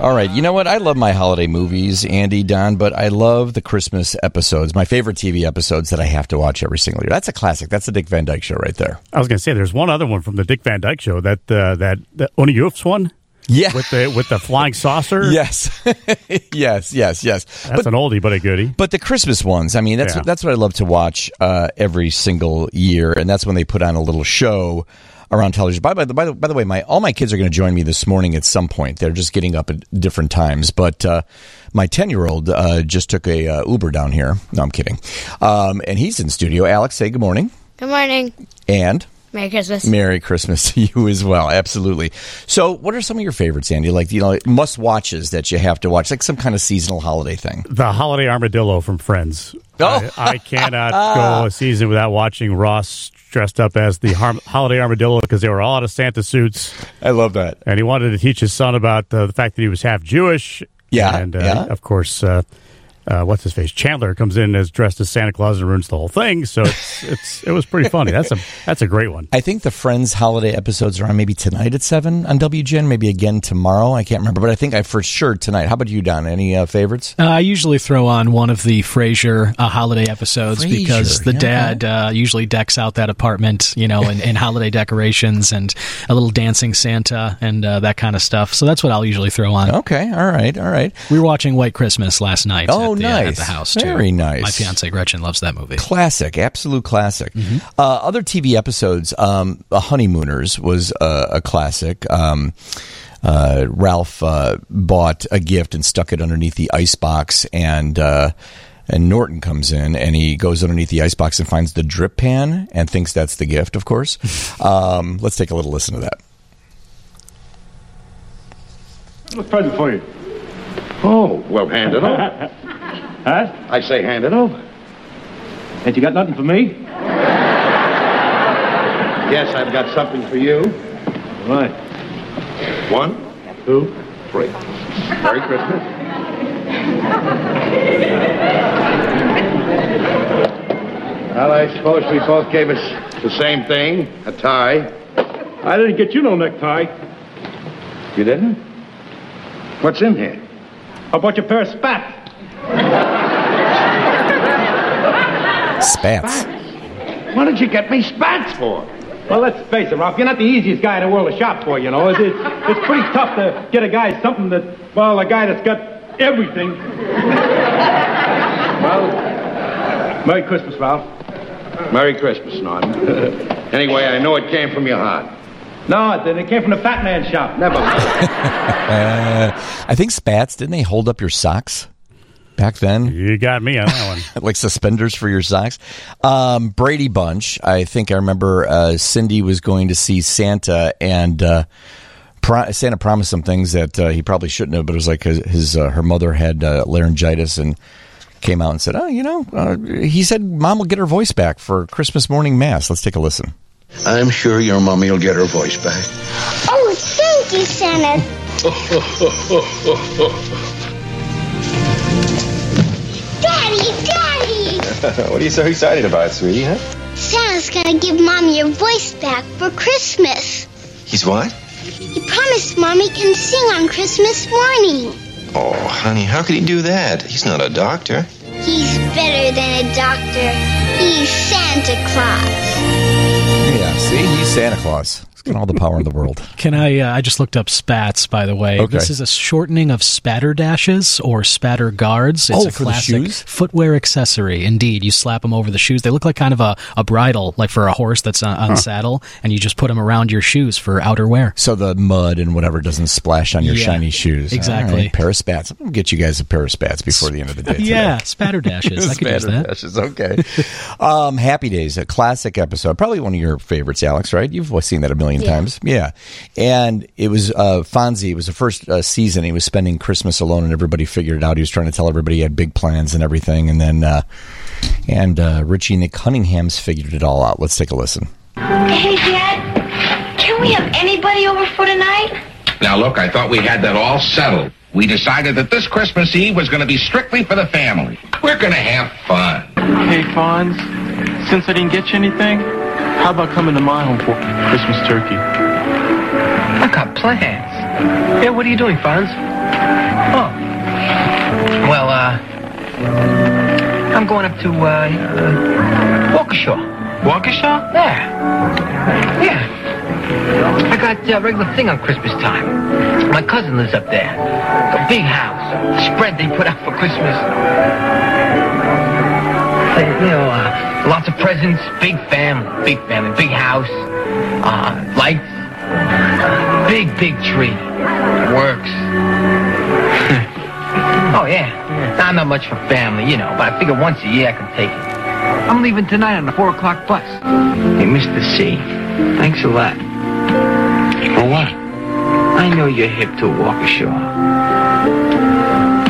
All right, you know what? I love my holiday movies, Andy, Don, but I love the Christmas episodes, my favorite TV episodes that I have to watch every single year. That's a classic. That's the Dick Van Dyke Show right there. I was going to say there's one other one from the Dick Van Dyke Show that uh, that, that Oni Yoof's one. Yeah. with the with the flying saucer. Yes, yes, yes, yes. that's an oldie but a goodie. But the Christmas ones, I mean, that's Yeah. that's what I love to watch uh, every single year, and that's when they put on a little show around television. By, by, the, by, the, by the way, my all my kids are going to join me this morning at some point. They're just getting up at different times, but uh, my ten year old uh, just took a uh, Uber down here. No, I'm kidding, um, and he's in studio. Alex, say good morning Good morning. and. Merry Christmas. Merry Christmas to you as well. Absolutely. So, what are some of your favorites, Andy? Like, you know, must watches that you have to watch, like some kind of seasonal holiday thing. The holiday armadillo from Friends. Oh. I, I cannot go a season without watching Ross dressed up as the har- holiday armadillo because they were all out of Santa suits, I love that. and he wanted to teach his son about uh, the fact that he was half Jewish. Yeah, and uh, yeah. of course, uh, uh, what's his face? Chandler comes in as dressed as Santa Claus and ruins the whole thing. So it's, it's it was pretty funny. That's a that's a great one. I think the Friends holiday episodes are on maybe tonight at 7 on WGN, maybe again tomorrow. I can't remember, but I think I for sure tonight. How about you, Don? Any uh, favorites? Uh, I usually throw on one of the Frasier uh, holiday episodes Frasier, because the yeah. dad uh, usually decks out that apartment, you know, in, in holiday decorations and a little dancing Santa and uh, that kind of stuff. So that's what I'll usually throw on. Okay, all right, all right. We were watching White Christmas last night. Oh, at the, at nice. the house too. Very nice. My fiance Gretchen loves that movie. Classic, absolute classic. Uh, other TV episodes, um, The Honeymooners was uh, a classic. Um, uh, Ralph uh, bought a gift and stuck it underneath the icebox, and uh, and Norton comes in and he goes underneath the icebox and finds the drip pan and thinks that's the gift, of course. um, let's take a little listen to that. What's present for you? Oh, well, hand it over. Huh? I say hand it over. Ain't you got nothing for me? Yes, I've got something for you. Right. One, Who? three. Merry Christmas. Well, I suppose we both gave us the same thing, a tie. I didn't get you no necktie. You didn't? What's in here? I bought you a pair of spats. Spats. What did you get me spats for? Well, let's face it, Ralph. You're not the easiest guy in the world to shop for, you know. It's, it's, it's pretty tough to get a guy something that, well, a guy that's got everything. well, Merry Christmas, Ralph. Merry Christmas, Norton. anyway, I know it came from your heart. No, then it came from the fat man shop. Never mind. I think spats, didn't they hold up your socks back then? You got me on that one. like suspenders for your socks. Um, Brady Bunch. I think I remember uh, Cindy was going to see Santa, and uh, pro- Santa promised some things that uh, he probably shouldn't have. But it was like his, his uh, her mother had uh, laryngitis and came out and said, "Oh, you know," uh, he said, "Mom will get her voice back for Christmas morning mass." Let's take a listen. I'm sure your mommy will get her voice back. Oh, thank you, Santa. Daddy, Daddy! what are you so excited about, sweetie, huh? Santa's gonna give Mom your voice back for Christmas. He's what? He promised Mommy can sing on Christmas morning. Oh, honey, how could he do that? He's not a doctor. He's better than a doctor. He's Santa Claus. Yeah, see, he's Santa Claus. He's got all the power in the world. Can I? Uh, I just looked up spats. By the way, Okay. this is a shortening of spatter dashes or spatter guards. It's Oh, a for the classic shoes? footwear accessory. Indeed, you slap them over the shoes. They look like kind of a, a bridle, like for a horse that's on, on saddle, and you just put them around your shoes for outer wear. So the mud and whatever doesn't splash on your Yeah, shiny shoes. exactly. All right, pair of spats. I'm gonna get you guys a pair of spats before the end of the day. today. Yeah, spatter dashes. I could use Spanish that. dishes, Okay. um, Happy Days, a classic episode, probably one of your favorites, Alex. Right? You've seen that a million times. Yeah. And it was uh, Fonzie. It was the first uh, season. He was spending Christmas alone, and everybody figured it out. He was trying to tell everybody he had big plans and everything. And then, uh, and uh, Richie and the Cunninghams figured it all out. Let's take a listen. Hey, Dad, can we have anybody over for tonight? Now, look, I thought we had that all settled. We decided that this Christmas Eve was going to be strictly for the family. We're going to have fun. Hey, Fonz, since I didn't get you anything, how about coming to my home for Christmas turkey? I got plans. Yeah, what are you doing, Fonz? Oh. Well, uh, I'm going up to, uh, uh Waukesha. Waukesha? Yeah. Yeah. I got a regular thing on Christmas time. My cousin lives up there. A big house. Spread they put out for Christmas. They, you know, uh, lots of presents, big family, big family, big house, uh, lights, Big, big tree. Works. oh, yeah. Nah, I'm not much for family, you know, but I figure once a year I can take it. I'm leaving tonight on the 4 o'clock bus. Hey, Mr. C. Thanks a lot. For what? I know you're hip to Waukesha.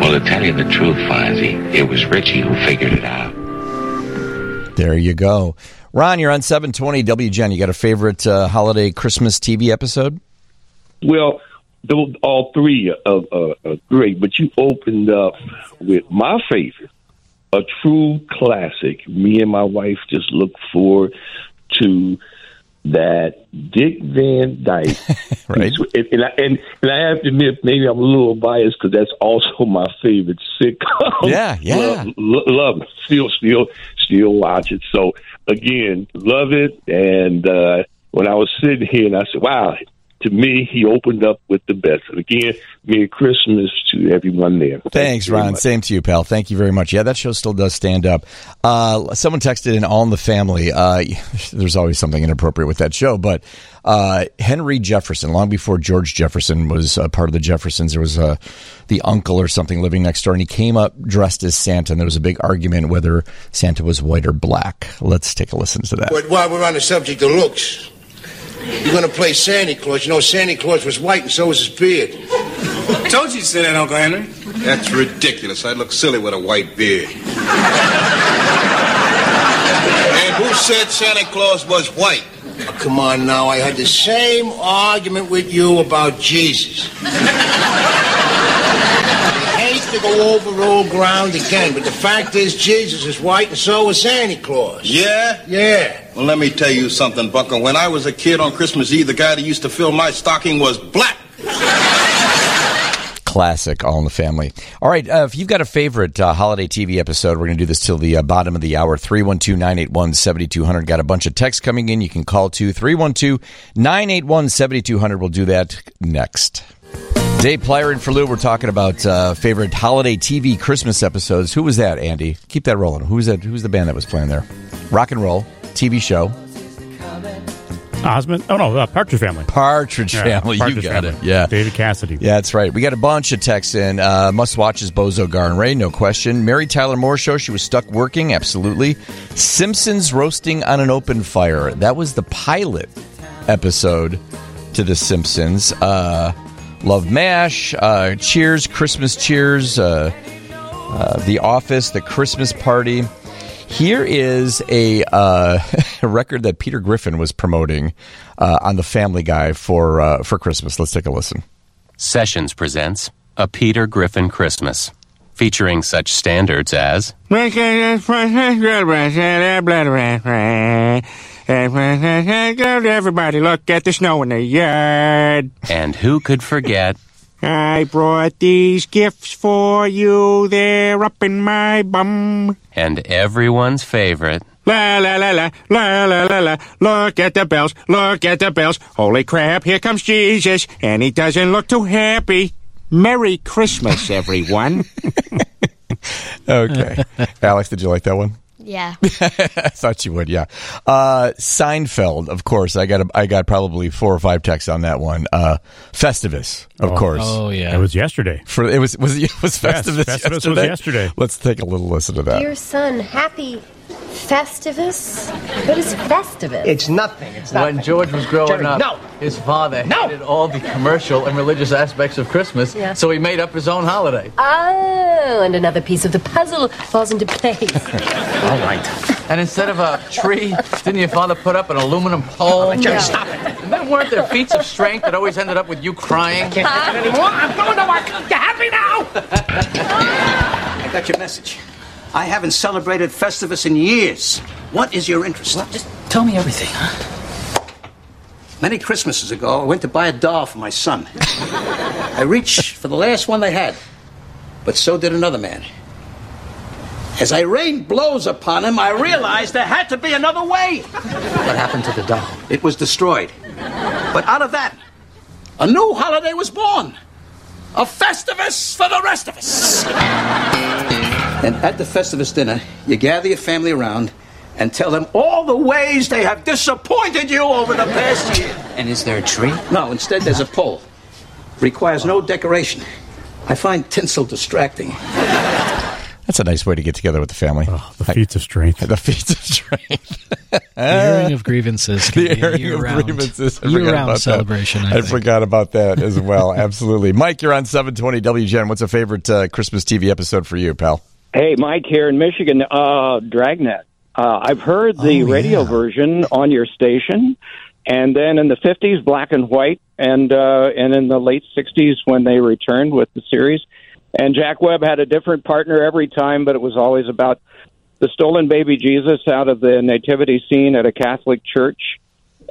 Well, to tell you the truth, Fonzie, it was Richie who figured it out. There you go. Ron, you're on 720 WGN. You got a favorite uh, holiday Christmas TV episode? Well, those, all three are, are, are great, but you opened up with my favorite, a true classic. Me and my wife just look forward to that Dick Van Dyke. right. And, and, I, and, and I have to admit, maybe I'm a little biased because that's also my favorite sitcom. Yeah, yeah. Love, lo- love it. Still, still, still watch it. So, again, love it. And uh, when I was sitting here and I said, wow, to me, he opened up with the best. And again, Merry Christmas to everyone there. Thanks, Ron. Same to you, pal. Thank you very much. Yeah, that show still does stand up. Uh, someone texted in All in the Family. Uh, there's always something inappropriate with that show, but uh, Henry Jefferson, long before George Jefferson was uh, part of the Jeffersons, there was uh, the uncle or something living next door, and he came up dressed as Santa, and there was a big argument whether Santa was white or black. Let's take a listen to that. But while we're on the subject of looks, you're going to play Santa Claus. You know, Santa Claus was white and so was his beard. Told you to say that, Uncle Henry. That's ridiculous. I'd look silly with a white beard. and who said Santa Claus was white? Oh, come on now. I had the same argument with you about Jesus. I hate to go over old ground again, but the fact is, Jesus is white and so is Santa Claus. Yeah? Yeah. Well, let me tell you something, Bunker. When I was a kid on Christmas Eve, the guy that used to fill my stocking was black. Classic All in the Family. All right, uh, if you've got a favorite uh, holiday TV episode, we're going to do this till the uh, bottom of the hour. 312 981 7200. Got a bunch of texts coming in. You can call to 312 981 7200. We'll do that next. Dave Plyer and for Lou, we're talking about uh, favorite holiday TV Christmas episodes. Who was that, Andy? Keep that rolling. Who was that? Who was the band that was playing there? Rock and roll TV show. Osmond? Oh, no, uh, Partridge Family. Partridge Family, you got it. Yeah. David Cassidy. Yeah, that's right. We got a bunch of texts in. Uh, must watch is Bozo Garnray, no question. Mary Tyler Moore show. She was stuck working, absolutely. Simpsons roasting on an open fire. That was the pilot episode to The Simpsons. Uh, Love Mash, uh, Cheers, Christmas Cheers, uh, uh, The Office, The Christmas Party. Here is a, uh, a record that Peter Griffin was promoting uh, on The Family Guy for uh, for Christmas. Let's take a listen. Sessions presents A Peter Griffin Christmas, featuring such standards as Everybody, look at the snow in the yard. And Who Could Forget, I brought these gifts for you. They're up in my bum. and everyone's favorite. La la la la la la la la. Look at the bells. Look at the bells. Holy crap! Here comes Jesus, and he doesn't look too happy. Merry Christmas, everyone. Okay. Alex, did you like that one? Yeah. I thought you would, yeah. Uh, Seinfeld, of course. I got a, I got probably four or five texts on that one. Uh, Festivus, of course. yeah. It was yesterday. For it was was it was Festivus, Festivus was yesterday? yesterday. Let's take a little listen to that. Dear son, happy Festivus? What is Festivus? It's nothing. It's nothing. When George was growing Jerry, up, no. his father hated all the commercial and religious aspects of Christmas, Yeah. so he made up his own holiday. Oh, and another piece of the puzzle falls into place. All right. And instead of a tree, didn't your father put up an aluminum Oh, pole? Jerry, No. stop it. And then weren't there feats of strength that always ended up with you crying? I can't take it anymore. I'm going to work. You happy now? I got your message. I haven't celebrated Festivus in years. What is your interest? just tell me everything. Huh? Many Christmases ago, I went to buy a doll for my son. I reached for the last one they had, but so did another man. As I rained blows upon him, I realized there had to be another way. What happened to the doll? It was destroyed. But out of that, a new holiday was born. A Festivus for the rest of us. And at the Festivus dinner, you gather your family around and tell them all the ways they have disappointed you over the past year. And is there a tree? No, instead there's a pole. Requires no decoration. I find tinsel distracting. That's a nice way to get together with the family. the feats of strength. The feats of strength. The airing of grievances. Can be the a airing of year-round- grievances. I forgot Year-round about celebration. That. I, I, think. forgot about that as well. Absolutely, Mike. You're on 720 WGN. What's a favorite uh, Christmas TV episode for you, pal? Hey, Mike here in Michigan. Uh, Dragnet. Uh, I've heard the radio version on your station, and then in the fifties, black and white, and uh, and in the late sixties when they returned with the series. And Jack Webb had a different partner every time, but it was always about the stolen baby Jesus out of the nativity scene at a Catholic church.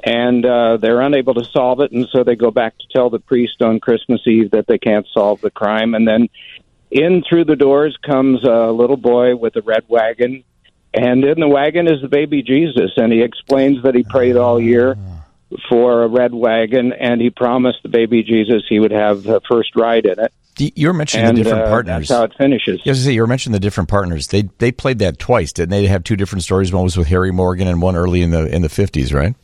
And uh, they're unable to solve it, and so they go back to tell the priest on Christmas Eve that they can't solve the crime. And then in through the doors comes a little boy with a red wagon, and in the wagon is the baby Jesus, and he explains that he prayed all year for a red wagon, and he promised the baby Jesus he would have the first ride in it. You're mentioning And, the different uh, partners. That's how it finishes. Yes, I say you were mentioning the different partners. They they played that twice, didn't they? They have two different stories. One was with Harry Morgan, and one early in the in the fifties, right?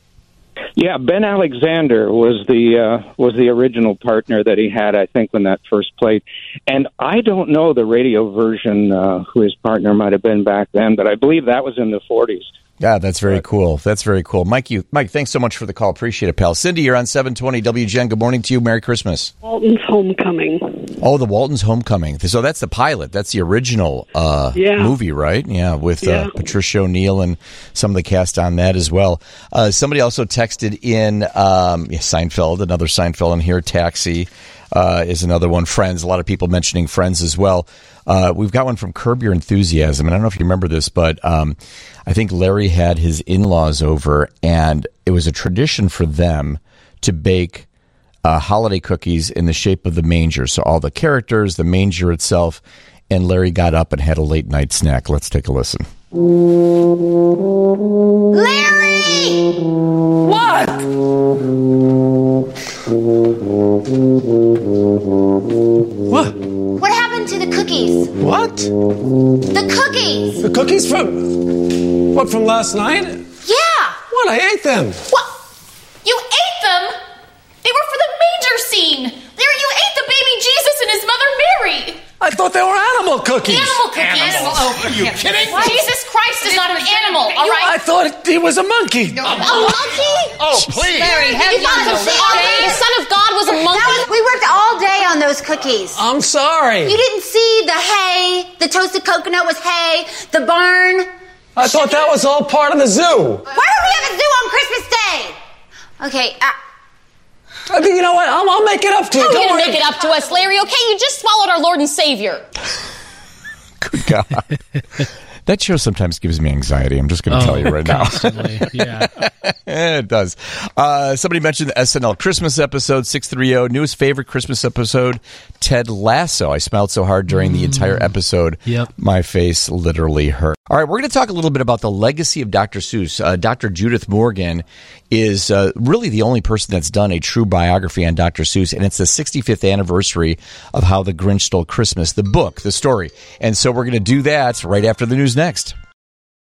Yeah, Ben Alexander was the uh, was the original partner that he had, I think, when that first played. And I don't know the radio version uh, who his partner might have been back then, but I believe that was in the 40s. Yeah, that's very cool. That's very cool, Mike. You Mike, thanks so much for the call. Appreciate it, pal. Cindy, you're on 720 WGN. Good morning to you. Merry Christmas. Walton's Homecoming. Oh, the Waltons' Homecoming. So that's the pilot. That's the original uh, Yeah. movie, right? Yeah, with Yeah. Uh, Patricia O'Neill and some of the cast on that as well. Uh, somebody also texted in um, yeah, Seinfeld, another Seinfeld in here. Taxi uh, is another one. Friends, a lot of people mentioning Friends as well. Uh, we've got one from Curb Your Enthusiasm, and I don't know if you remember this, but um, I think Larry had his in laws over, and it was a tradition for them to bake uh, holiday cookies in the shape of the manger. So all the characters, the manger itself, and Larry got up and had a late night snack. Let's take a listen. Larry! What? What? What happened to the cookies? What? The cookies! The cookies from. What, from last night? Yeah! What? I ate them. What? You ate them? They were for the manger scene! There, you ate the baby Jesus and his mother Mary! I thought they were animal cookies. Animal cookies! Oh, Are you kidding? Jesus Christ is not an animal, all I right? thought he was a monkey. A monkey? Oh, please. Larry, have you no shame? The Son of God was a monkey? we worked all day on those cookies. I'm sorry. You didn't see the hay, the toasted coconut was hay, the barn. I thought that was all part of the zoo. Why would we have a zoo on Christmas Day? Okay, uh, I mean, you know what? I'll, I'll make it up to you. How are Don't you worry. gonna make it up to us, Larry? Okay, you just swallowed our Lord and Savior. Good God. That show sometimes gives me anxiety. I'm just going to Oh, tell you right constantly, now. yeah, Eh, it does. Uh, somebody mentioned the SNL Christmas episode six three zero. Newest favorite Christmas episode: Ted Lasso. I smiled so hard during the entire episode. Yep. my face literally hurt. All right, we're going to talk a little bit about the legacy of Dr. Seuss. Uh, Dr. Judith Morgan is uh, really the only person that's done a true biography on Dr. Seuss, and it's the 65th anniversary of How the Grinch Stole Christmas, the book, the story. And so we're going to do that right after the news next.